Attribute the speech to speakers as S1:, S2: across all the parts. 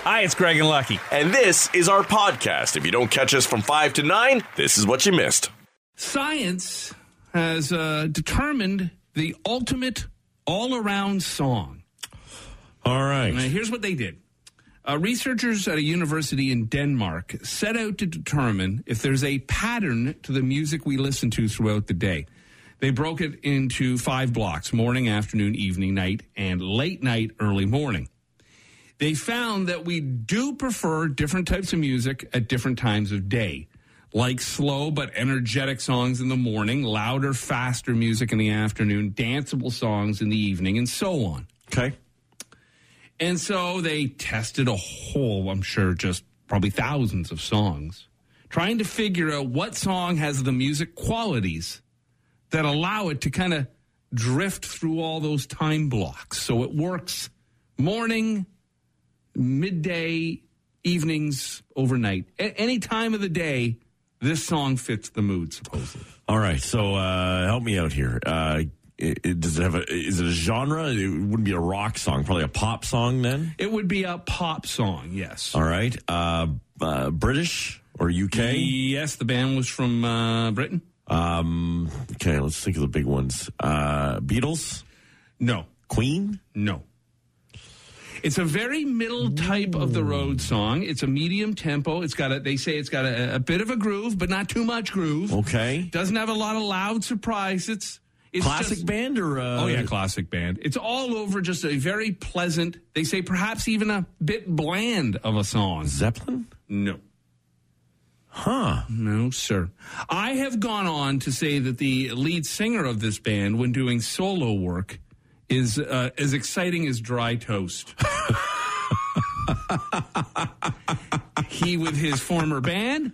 S1: Hi, it's Greg and Lucky.
S2: And this is our podcast. If you don't catch us from 5 to 9, this is what you missed.
S3: Science has uh, determined the ultimate all around song.
S4: All
S3: Now,
S4: right.
S3: here's what they did uh, researchers at a university in Denmark set out to determine if there's a pattern to the music we listen to throughout the day. They broke it into five blocks morning, afternoon, evening, night, and late night, early morning. They found that we do prefer different types of music at different times of day, like slow but energetic songs in the morning, louder, faster music in the afternoon, danceable songs in the evening, and so on.
S4: Okay.
S3: And so they tested a whole, I'm sure, just probably thousands of songs, trying to figure out what song has the music qualities that allow it to kind of drift through all those time blocks. So it works morning, midday, evenings, overnight. A- any time of the day, this song fits the mood, supposedly.
S4: All right. So uh, help me out here. Uh, it, it- does it have a? Is it a genre? It wouldn't be a rock song. Probably a pop song then.
S3: It would be a pop song, yes.
S4: All right. Uh, uh, British or UK?
S3: Yes, the band was from uh, Britain.
S4: Um,
S3: Mm-hmm.
S4: okay. Let's think of the big ones. Uh, Beatles,
S3: No,
S4: Queen.
S3: No. It's a very middle type of the road song. It's a medium tempo. It's got a, they say it's got a, a bit of a groove, but not too much groove.
S4: Okay.
S3: Doesn't have a lot of loud surprise. It's, it's
S4: Classic
S3: just-
S4: band or? Uh,
S3: Oh yeah, classic band. It's all over just a very pleasant, they say perhaps even a bit bland of a song.
S4: Zeppelin.
S3: No.
S4: Huh.
S3: No, sir. I have gone on to say that the lead singer of this band, when doing solo work, is uh, as exciting as dry toast. he with his former band,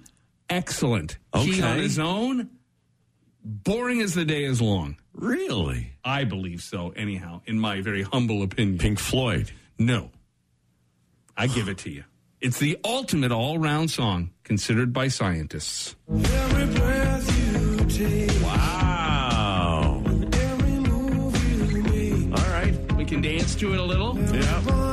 S3: excellent. He on
S4: Okay.
S3: his own, boring as the day is long.
S4: Really?
S3: I believe so, anyhow, in my very humble opinion.
S4: Pink Floyd.
S3: No. I give it to you. It's the ultimate all round song considered by scientists.
S4: Wow. All right.
S3: We can dance to it a little.
S4: Yeah.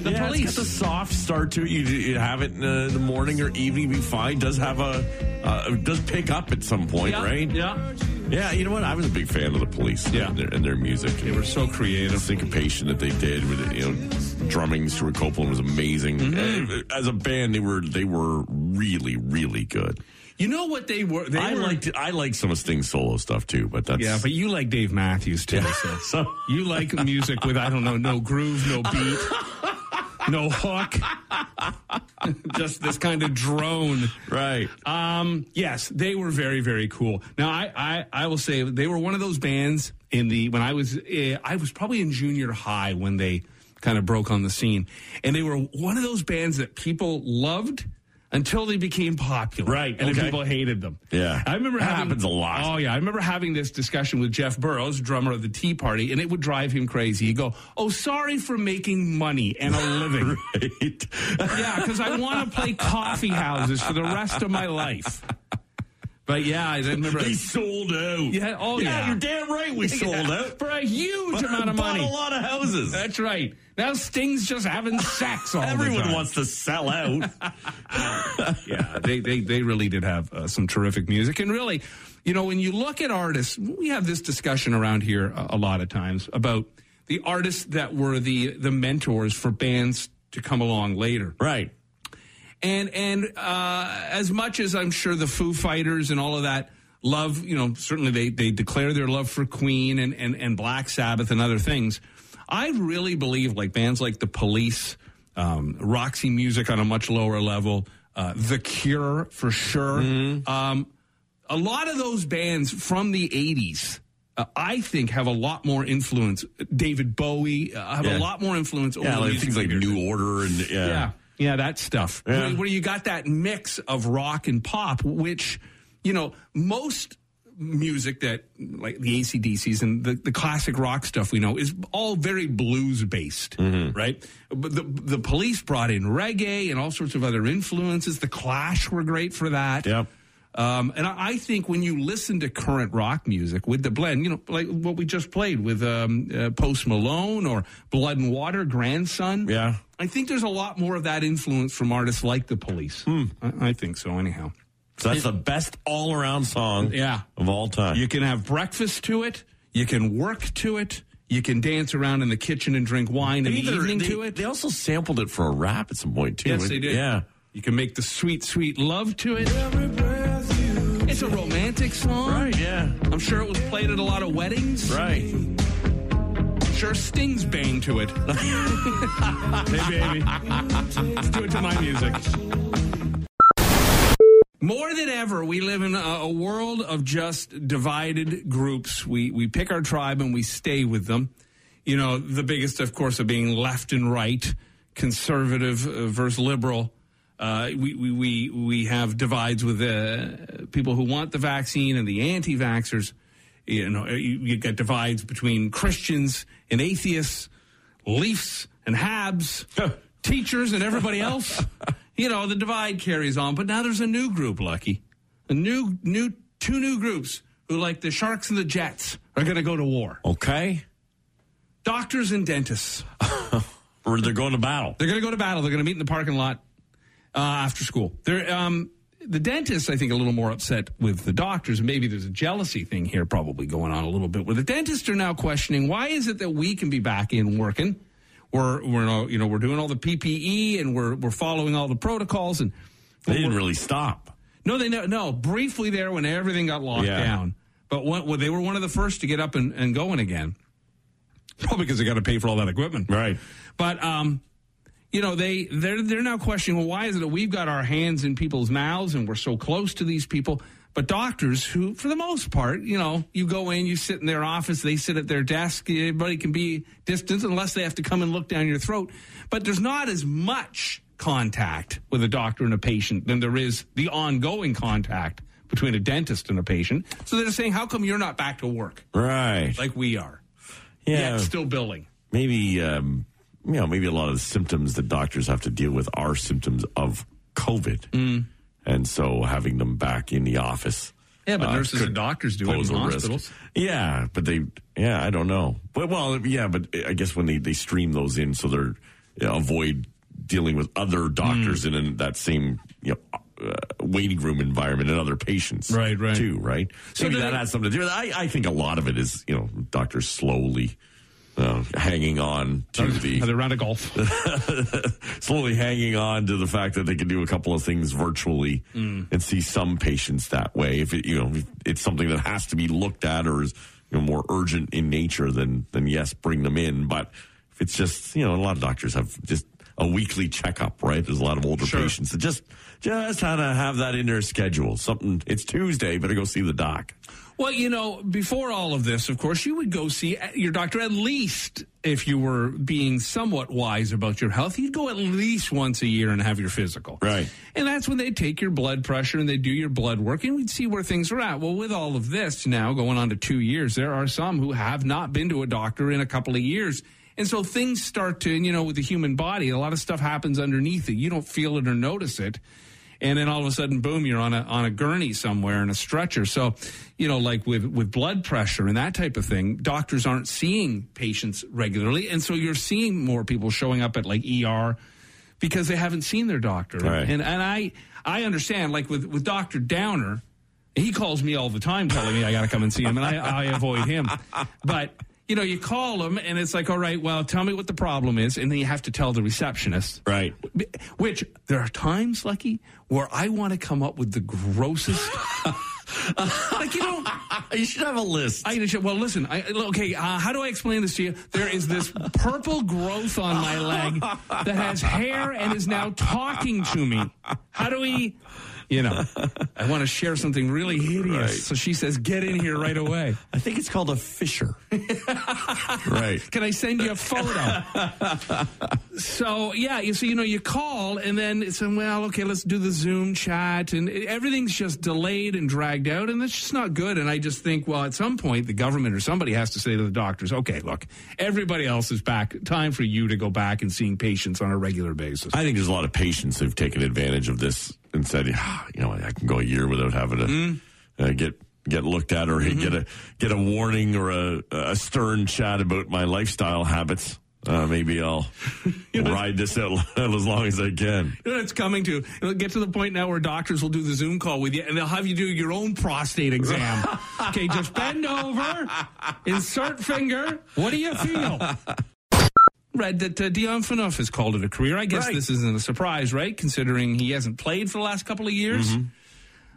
S3: The
S4: yeah,
S3: police.
S4: It's got the soft start to it. You, you have it in the, the morning or evening, be fine. Does have a uh, it does pick up at some point,
S3: yeah,
S4: right?
S3: Yeah.
S4: Yeah, You know what? I was a big fan of the police.
S3: Yeah.
S4: and their, and their music. They were so creative. Syncopation that they did with you know drumming. Stuart Copeland was amazing.
S3: Mm-hmm.
S4: Uh, As a band, they were they were really really good.
S3: You know what they were? They
S4: I
S3: were,
S4: liked I liked some of Sting's solo stuff too, but that's
S3: Yeah, but you like Dave Matthews too. So.
S4: so
S3: you like music with I don't know, no groove, no beat, no hook, just this kind of drone.
S4: right.
S3: Um, yes, they were very, very cool. Now, I, I, I will say they were one of those bands in the when I was eh, I was probably in junior high when they kind of broke on the scene, and they were one of those bands that people loved until they became popular,
S4: Right,
S3: And then
S4: okay.
S3: people hated them.
S4: Yeah.
S3: I remember
S4: That
S3: having,
S4: happens a lot.
S3: Oh yeah, I remember having this discussion with Jeff Burrows, drummer of the Tea Party, and it would drive him crazy. He'd go, "Oh, sorry for making money and a living."
S4: Right.
S3: Yeah, because I want to play coffee houses for the rest of my life. But yeah, I remember.
S4: They sold out.
S3: Yeah, oh, yeah.
S4: you're damn right. We sold out
S3: for a huge amount of
S4: Bought
S3: money.
S4: a lot of houses.
S3: That's right. Now Sting's just having sex all the
S4: Everyone
S3: time.
S4: wants to sell out.
S3: Yeah, they, they they really did have uh, some terrific music, and really, you know, when you look at artists, we have this discussion around here a, a lot of times about the artists that were the the mentors for bands to come along later.
S4: right.
S3: and and uh, as much as I'm sure the Foo Fighters and all of that love, you know, certainly they they declare their love for Queen and and, and Black Sabbath and other things. I really believe like bands like the Police, um, Roxy Music on a much lower level, uh, The Cure for sure.
S4: Mm-hmm.
S3: Um, a lot of those bands from the 80s. Uh, I think have a lot more influence. David Bowie uh, have a
S4: Yeah.
S3: lot more influence over
S4: Yeah,
S3: the
S4: like
S3: music
S4: things like
S3: we hear
S4: New Order and yeah.
S3: yeah, yeah, that stuff. Where, where you got that mix of rock and pop, which you know most music that like the ACDCs and the, the classic rock stuff we know is all very blues based,
S4: Mm-hmm.
S3: right? But the the Police brought in reggae and all sorts of other influences. The Clash were great for that.
S4: Yep.
S3: Um, and I, I think when you listen to current rock music with the blend, you know, like what we just played with um, uh, Post Malone or Blood and Water, Grandson.
S4: Yeah.
S3: I think there's a lot more of that influence from artists like the Police. I, I think so, anyhow.
S4: So that's the best all around song
S3: Yeah.
S4: of all time.
S3: You can have breakfast to it. You can work to it. You can dance around in the kitchen and drink wine in the
S4: Either-
S3: evening
S4: they,
S3: to it.
S4: They also sampled it for a rap at some point, too.
S3: yes, they did.
S4: Yeah.
S3: You can make the sweet, sweet love to it. It's a romantic song.
S4: Right, yeah.
S3: I'm sure it was played at a lot of weddings.
S4: Right.
S3: I'm sure Sting's bang to it. hey, baby. Let's do it to my music. More than ever, we live in a, a world of just divided groups. We we pick our tribe and we stay with them. You know, the biggest, of course, of being left and right, conservative uh, versus liberal. Uh, we, we we we have divides with uh, people who want the vaccine and the anti-vaxxers. You know, uh, you, you got divides between Christians and atheists, Leafs and Habs, teachers and everybody else. you know, the divide carries on. But now there's a new group, Lucky. A new, new, two new groups who, like the Sharks and the Jets, are going to go to war.
S4: Okay.
S3: Doctors and dentists.
S4: Or they're going to battle.
S3: They're going to go to battle. They're going to meet in the parking lot uh, after school. They're, um, the dentists, I think, a little more upset with the doctors. Maybe there's a jealousy thing here probably going on a little bit where the dentists are now questioning why is it that we can be back in working? We're, we're, all- you know, we're doing all the PPE and we're, we're following all the protocols and
S4: They didn't really stop.
S3: no, they no, no. Briefly there when everything got locked
S4: Yeah.
S3: down, but when, well, they were one of the first to get up and, and going again. Probably because they got to pay for all that equipment,
S4: Right.
S3: But um, you know they they're they're now questioning. Well, why is it that we've got our hands in people's mouths and we're so close to these people? But doctors, who for the most part, you know, you go in, you sit in their office, they sit at their desk. Everybody can be distant unless they have to come and look down your throat. But there's not as much contact with a doctor and a patient than there is the ongoing contact between a dentist and a patient. So they're saying, how come you're not back to work
S4: Right.
S3: like we are?
S4: yeah.
S3: Yet still billing.
S4: maybe, um, you know, maybe a lot of the symptoms that doctors have to deal with are symptoms of COVID.
S3: Mm.
S4: And so having them back in the office.
S3: Yeah, but
S4: uh,
S3: nurses
S4: could
S3: and doctors do it in
S4: pose a risk.
S3: hospitals.
S4: Yeah, but they, yeah, I don't know. But well, yeah, but I guess when they they stream those in, so they're you know, avoid dealing with other doctors
S3: Hmm.
S4: in, in that same you know, uh, waiting room environment and other patients,
S3: Right, right.
S4: Too right. So Maybe
S3: do
S4: that
S3: they-
S4: has something to do with it. I, I think a lot of it is you know doctors slowly. Uh, hanging on to the
S3: Another round of golf.
S4: slowly hanging on to the fact that they can do a couple of things virtually and see some patients that way. If it, you know if it's something that has to be looked at or is you know, more urgent in nature, then then yes, bring them in. But if it's just you know a lot of doctors have just a weekly checkup, right? There's a lot of older
S3: Sure.
S4: patients that just just how to have that in their schedule. Something it's Tuesday, better go see the doc.
S3: Well, you know, before all of this, of course, you would go see uh, your doctor at least if you were being somewhat wise about your health. You'd go at least once a year and have your physical.
S4: Right.
S3: And that's when they take your blood pressure and they do your blood work and we'd see where things are at. Well, with all of this now going on to two years, there are some who have not been to a doctor in a couple of years. And so things start to, and, you know, with the human body, a lot of stuff happens underneath it. You don't feel it or notice it. And then all of a sudden, boom, you're on a on a gurney somewhere in a stretcher. So, you know, like with, with blood pressure and that type of thing, doctors aren't seeing patients regularly. And so you're seeing more people showing up at like ER because they haven't seen their doctor.
S4: Right.
S3: And and I I understand like with with Doctor Downer, he calls me all the time telling me I got to come and see him, and I, I avoid him. But you know, you call him, and it's like, all right, well, tell me what the problem is, and then you have to tell the receptionist.
S4: Right.
S3: Which there are times, Lucky, where I want to come up with the grossest. like you know,
S4: You should have a list.
S3: I well listen. I, okay, uh, how do I explain this to you? There is this purple growth on my leg that has hair and is now talking to me. How do we? You know, I want to share something really hideous.
S4: Right.
S3: So she says, "Get in here right away."
S4: I think it's called a Fisher. right.
S3: Can I send you a photo? so yeah, you so you know you call and then it's well okay let's do the Zoom chat and it- everything's just delayed and dragged out and that's just not good. And I just think well at some point the government or somebody has to say to the doctors okay look everybody else is back time for you to go back and seeing patients on a regular basis.
S4: I think there's a lot of patients who've taken advantage of this and said, yeah, you know, I can go a year without having to
S3: Mm-hmm.
S4: uh, get get looked at or get a get a warning or a, a stern chat about my lifestyle habits. Uh, maybe I'll ride this out as long as I can.
S3: You know what it's coming to? It'll get to the point now where doctors will do the Zoom call with you and they'll have you do your own prostate exam. okay, just bend over, insert finger. What do you feel? Read that uh, Dion Phaneuf has called it a career. I guess
S4: Right.
S3: this isn't a surprise, right? Considering he hasn't played for the last couple of years.
S4: Mm-hmm.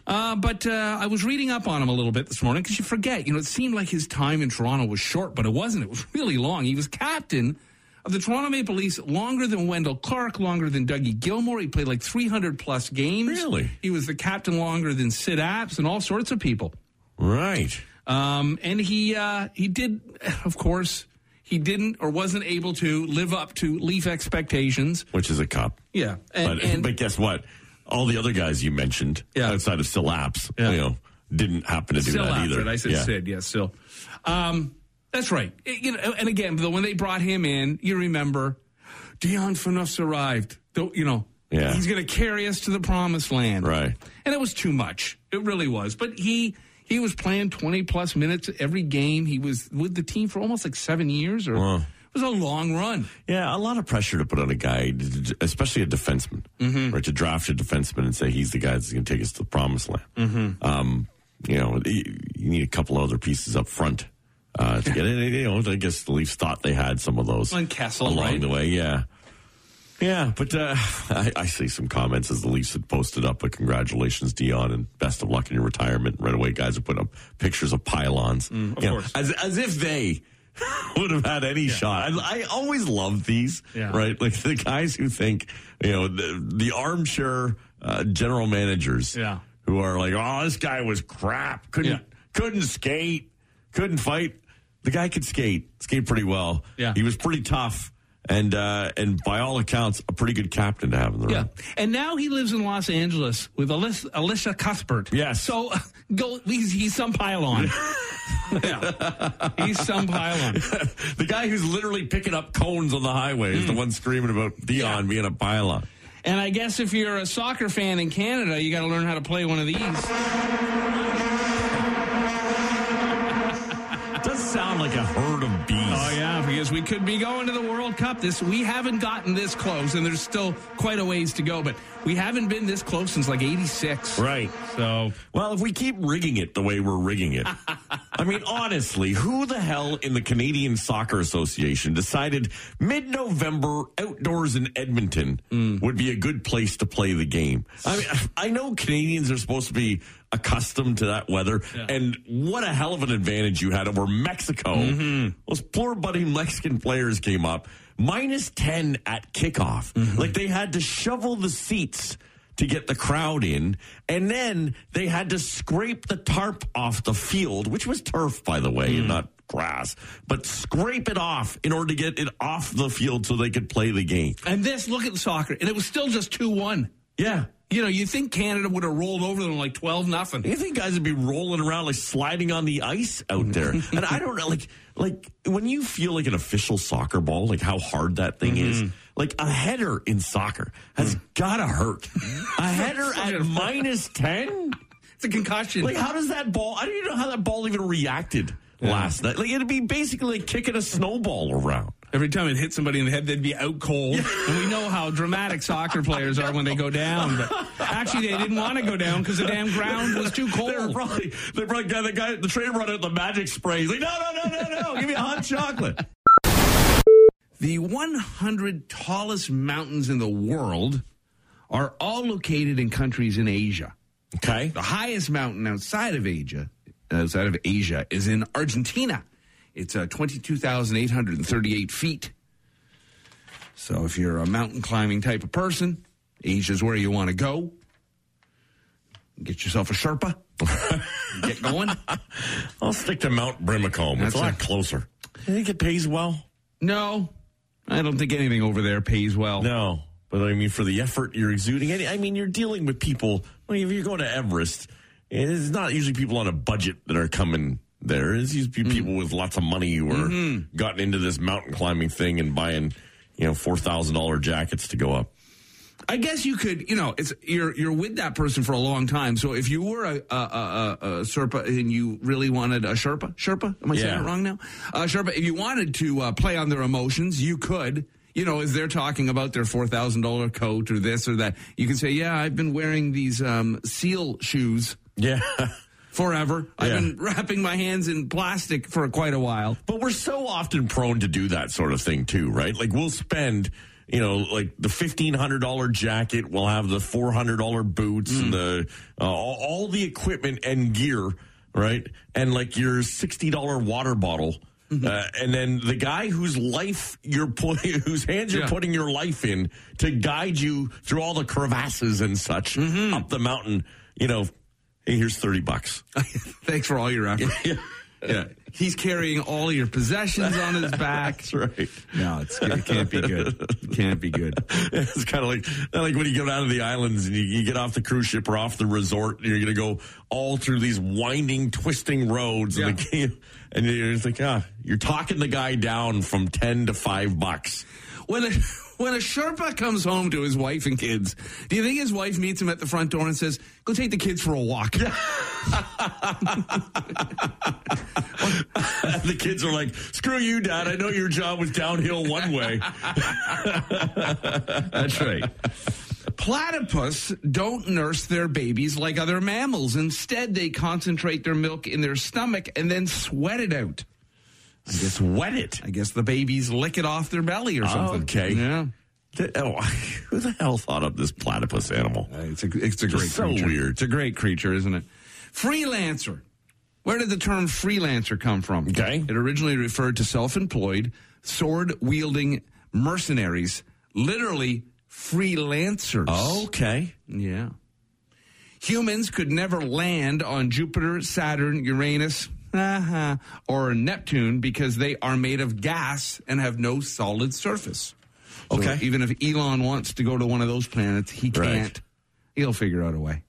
S3: Uh, but uh, I was reading up on him a little bit this morning because you forget. You know, it seemed like his time in Toronto was short, but it wasn't. It was really long. He was captain of the Toronto Maple Leafs longer than Wendell Clark, longer than Dougie Gilmore. He played like 300 plus games.
S4: Really?
S3: He was the captain longer than Sid Apps and all sorts of people.
S4: Right.
S3: Um, and he uh, he did, of course, he didn't or wasn't able to live up to Leaf expectations.
S4: Which is a cup.
S3: Yeah, and,
S4: but,
S3: and-
S4: but guess what? All the other guys you mentioned
S3: Yeah.
S4: outside of Silaps,
S3: Yeah.
S4: you know, didn't happen to do
S3: still
S4: that
S3: after
S4: either.
S3: it. I said
S4: Yeah.
S3: Sid. Yeah, still. Um, that's right. It- you know, and again, though, when they brought him in, you remember, Dion Phaneuf's arrived. Though you know,
S4: Yeah.
S3: he's going to carry us to the promised land.
S4: Right.
S3: And it was too much. It really was. But he he was playing twenty plus minutes every game. He was with the team for almost like seven years, or
S4: Wow.
S3: it was a long run.
S4: Yeah, a lot of pressure to put on a guy, especially a defenseman,
S3: Mm-hmm.
S4: right? To draft a defenseman and say he's the guy that's going to take us to the promised land.
S3: Mm-hmm.
S4: Um, you know, y- you need a couple other pieces up front uh, to get it. You know, I guess the Leafs thought they had some of those
S3: And Kessel,
S4: along
S3: right?
S4: the way. Yeah, yeah. But uh, I, I see some comments as the Leafs had posted up a congratulations, Dion, and best of luck in your retirement. Right away, guys are putting up pictures of pylons.
S3: Mm, of
S4: You know,
S3: course.
S4: as as if they would have had any shot. I, I always love these,
S3: Yeah.
S4: right? Like the guys who think, you know, the, the armchair uh, general managers,
S3: Yeah.
S4: who are like, oh, this guy was crap, couldn't
S3: Yeah.
S4: couldn't skate, couldn't fight. The guy could skate, skate pretty well.
S3: Yeah.
S4: he was pretty tough, and uh, and by all accounts, a pretty good captain to have in the
S3: Yeah,
S4: room.
S3: and now he lives in Los Angeles with Alyssa, Alicia Cuthbert.
S4: Yes.
S3: So uh, go. He's, he's some pylon. yeah. He's some pylon.
S4: the guy who's literally picking up cones on the highway is the
S3: Hmm.
S4: one screaming about Dion being a pylon.
S3: And I guess if you're a soccer fan in Canada, you got to learn how to play one of these.
S4: It does sound like a herd of bees.
S3: Oh yeah, because we could be going to the World Cup. This we haven't gotten this close, and there's still quite a ways to go. But we haven't been this close since like '86.
S4: Right.
S3: So
S4: Well, if we keep rigging it the way we're rigging it, I mean, honestly, who the hell in the Canadian Soccer Association decided mid November outdoors in Edmonton would be a good place to play the game? I mean, I know Canadians are supposed to be accustomed to that weather, and what a hell of an advantage you had over Mexico. Those poor buddy Mexican players came up minus 10 at kickoff. Like they had to shovel the seats to get the crowd in. And then they had to scrape the tarp off the field, which was turf, by the way, and not grass, but scrape it off in order to get it off the field so they could play the game.
S3: and this look at the soccer, and it was still just two one.
S4: Yeah.
S3: You know, you think Canada would have rolled over them like twelve nothing.
S4: You think guys would be rolling around like sliding on the ice out there? and I don't know, like, like when you feel like an official soccer ball, like how hard that thing is. Like a header in soccer has gotta hurt. A header at minus ten.
S3: It's a concussion.
S4: Like, how does that ball? I don't even know how that ball even reacted last night. Like, it'd be basically like kicking a snowball around.
S3: Every time it hit somebody in the head, they'd be out cold. And we know how dramatic soccer players are when they go down. But actually, they didn't want to go down because the damn ground was too
S4: They were
S3: cold.
S4: probably they probably got the guy the trainer brought out the magic spray. He's like, no, no, no, no, no, give me a hot chocolate.
S3: The 100 tallest mountains in the world are all located in countries in Asia.
S4: Okay,
S3: The highest mountain outside of Asia, outside uh, of Asia, is in Argentina. It's uh, twenty-two thousand eight hundred and thirty-eight feet. So, if you're a mountain climbing type of person, Asia's where you want to go. Get yourself a Sherpa. and get going.
S4: I'll stick to Mount Brimacombe.
S3: That's
S4: it's a lot
S3: a-
S4: closer. I think it pays well.
S3: No, I don't think anything over there pays well.
S4: No, but I mean for the effort you're exuding. I I mean you're dealing with people. I mean, if you go to Everest, it's not usually people on a budget that are coming there. It's usually people with lots of money who are gotten into this mountain climbing thing and buying you know four thousand dollar jackets to go up.
S3: I guess you could, you know, it's you're you're with that person for a long time. So if you were a a, a, a, a Sherpa and you really wanted a Sherpa, Sherpa, am I saying
S4: Yeah.
S3: it wrong now? Uh, Sherpa, if you wanted to uh, play on their emotions, you could. You know, as they're talking about their four thousand dollar coat or this or that, you can say, "Yeah, I've been wearing these um, seal shoes
S4: Yeah.
S3: forever. I've
S4: Yeah.
S3: been wrapping my hands in plastic for quite a while."
S4: But we're so often prone to do that sort of thing too, right? Like we'll spend, you know, like the fifteen hundred dollar jacket, we'll have the four hundred dollar boots
S3: Hmm.
S4: and the uh, all, all the equipment and gear, right? And like your sixty dollar water bottle.
S3: Mm-hmm.
S4: Uh, and then the guy whose life you're put, whose hands you're
S3: Yeah.
S4: putting your life in to guide you through all the crevasses and such
S3: Mm-hmm.
S4: up the mountain, you know, hey, here's thirty bucks.
S3: Thanks for all your effort. yeah, he's carrying all your possessions on his back.
S4: That's right.
S3: No, it's, it can't be good. It can't be good.
S4: it's kind of like like when you get out of the islands and you, you get off the cruise ship or off the resort, and you're going to go all through these winding, twisting roads, and, the, and you're just like, ah, you're talking the guy down from ten to five bucks.
S3: When a, when a Sherpa comes home to his wife and kids, do you think his wife meets him at the front door and says, "Go take the kids for a walk"?
S4: And the kids are like, screw you, Dad. I know your job was downhill one way.
S3: That's right. Platypus don't nurse their babies like other mammals. Instead, they concentrate their milk in their stomach and then sweat it out.
S4: Sweat it.
S3: I guess the babies lick it off their belly or something.
S4: okay.
S3: Yeah.
S4: Th- Oh, who the hell thought up this platypus animal?
S3: Uh, It's a, it's a great
S4: so
S3: creature.
S4: weird.
S3: It's a great creature, isn't it? Freelancer. Where did the term freelancer come from?
S4: Okay.
S3: It originally referred to self employed, sword wielding mercenaries, literally freelancers.
S4: Okay.
S3: Yeah. Humans could never land on Jupiter, Saturn, Uranus, uh-huh, or Neptune because they are made of gas and have no solid surface. So
S4: Okay.
S3: even if Elon wants to go to one of those planets, he
S4: Right.
S3: can't. He'll figure out a way.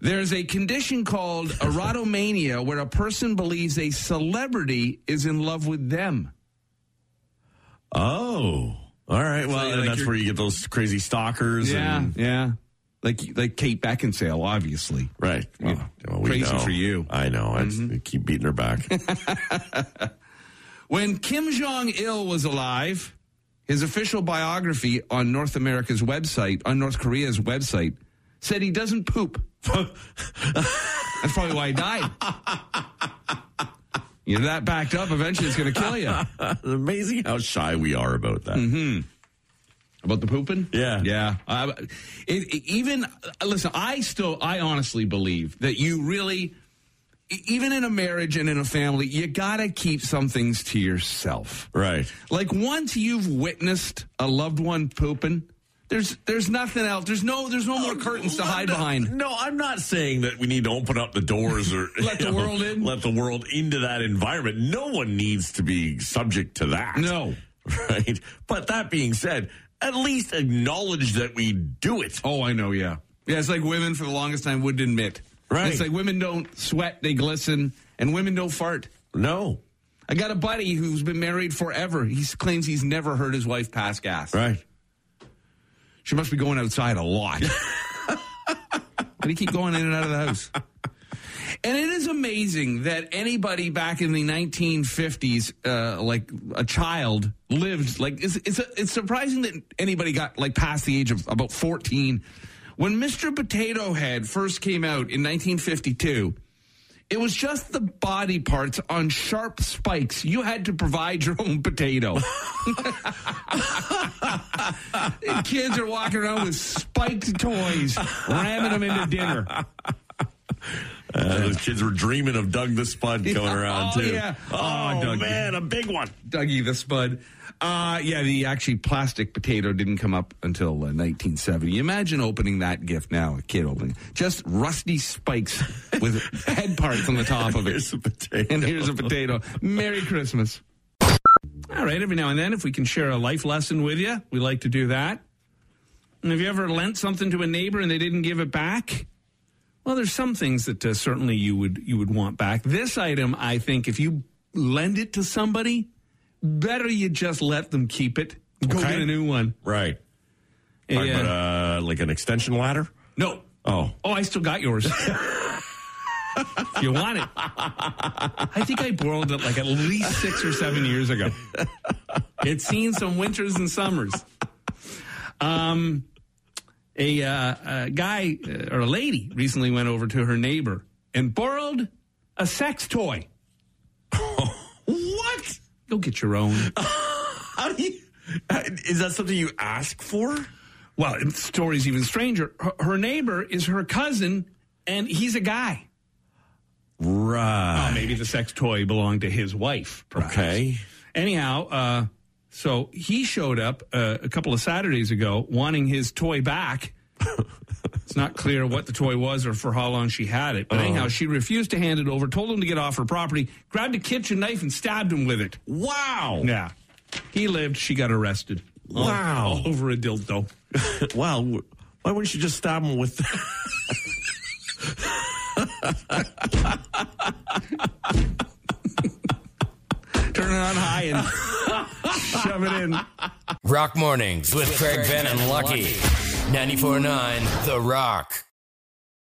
S3: There's a condition called erotomania where a person believes a celebrity is in love with them.
S4: Oh. All right. Well,
S3: like
S4: and that's
S3: you're-
S4: where you get those crazy stalkers. And,
S3: yeah. Like like Kate Beckinsale, obviously.
S4: Right. Well, well, we
S3: crazy
S4: know.
S3: for you. Mm-hmm.
S4: I know. I just- I keep beating her back.
S3: When Kim Jong Il was alive, his official biography on North America's website, on North Korea's website, said he doesn't poop. That's probably why he died. You're that backed up, eventually it's going to kill you.
S4: it's amazing how shy we are about that.
S3: Mm-hmm. About the pooping?
S4: Yeah.
S3: Yeah. Uh, it, it- even, uh, listen, I still, I honestly believe that you really, e- even in a marriage and in a family, you got to keep some things to yourself.
S4: Right.
S3: Like once you've witnessed a loved one pooping, there's there's nothing else. There's no there's no more
S4: Oh,
S3: curtains to hide behind.
S4: No, I'm not saying that we need to open up the doors or
S3: Let the
S4: you
S3: world in?
S4: Let the world into that environment. No one needs to be subject to that.
S3: No.
S4: Right. But that being said, at least acknowledge that we do it.
S3: Oh, I know. Yeah, yeah. It's like women for the longest time wouldn't admit.
S4: Right.
S3: It's like women don't sweat; they glisten, and women don't fart.
S4: No.
S3: I got a buddy who's been married forever. He claims he's never heard his wife pass gas.
S4: Right.
S3: She must be going outside a lot. Why do you keep going in and out of the house? And it is amazing that anybody back in the 1950s, uh, like a child, lived like it's it's, it's surprising that anybody got like past the age of about 14. When Mr. Potato Head first came out in 1952, it was just the body parts on sharp spikes. You had to provide your own potato. And kids are walking around with spiked toys, ramming them into dinner.
S4: Uh, those kids were dreaming of Doug the Spud going around
S3: Oh,
S4: too.
S3: yeah.
S4: Oh,
S3: Oh, Doug.
S4: man, a big one.
S3: Dougie the Spud. Uh, yeah, the actually plastic potato didn't come up until uh, 1970. Imagine opening that gift now, a kid opening just rusty spikes with head parts on the top of it.
S4: Here's a potato.
S3: And here's a potato. Merry Christmas. All right, every now and then, if we can share a life lesson with you, we like to do that. And have you ever lent something to a neighbor and they didn't give it back? Well, there's some things that uh, certainly you would you would want back. This item, I think, if you lend it to somebody, better you just let them keep it. Go
S4: Okay.
S3: get a new one.
S4: Right. Talking
S3: Yeah.
S4: about, uh, like an extension ladder.
S3: No.
S4: Oh,
S3: Oh, I still got yours. if you want it. I think I borrowed it like at least six or seven years ago. It's seen some winters and summers. Um, a, uh, a guy uh, or a lady recently went over to her neighbor and borrowed a sex toy.
S4: what?
S3: Go get your own.
S4: How do you? uh, Is that something you ask for?
S3: Well, the story's even stranger. Her, her neighbor is her cousin, and he's a guy.
S4: Right.
S3: Maybe the sex toy belonged to his wife. Perhaps.
S4: Okay.
S3: Anyhow, uh, so he showed up uh, a couple of Saturdays ago wanting his toy back. it's not clear what the toy was or for how long she had it. But anyhow, she refused to hand it over, told him to get off her property, grabbed a kitchen knife, and stabbed him with it.
S4: Wow.
S3: Yeah. He lived. She got arrested. All-
S4: Wow.
S3: all over a dildo.
S4: Wow. w- Why wouldn't you just stab him with?
S3: Turn it on high and shove it in.
S1: Rock Mornings with Craig Venn and Lucky. 94.9 The Rock.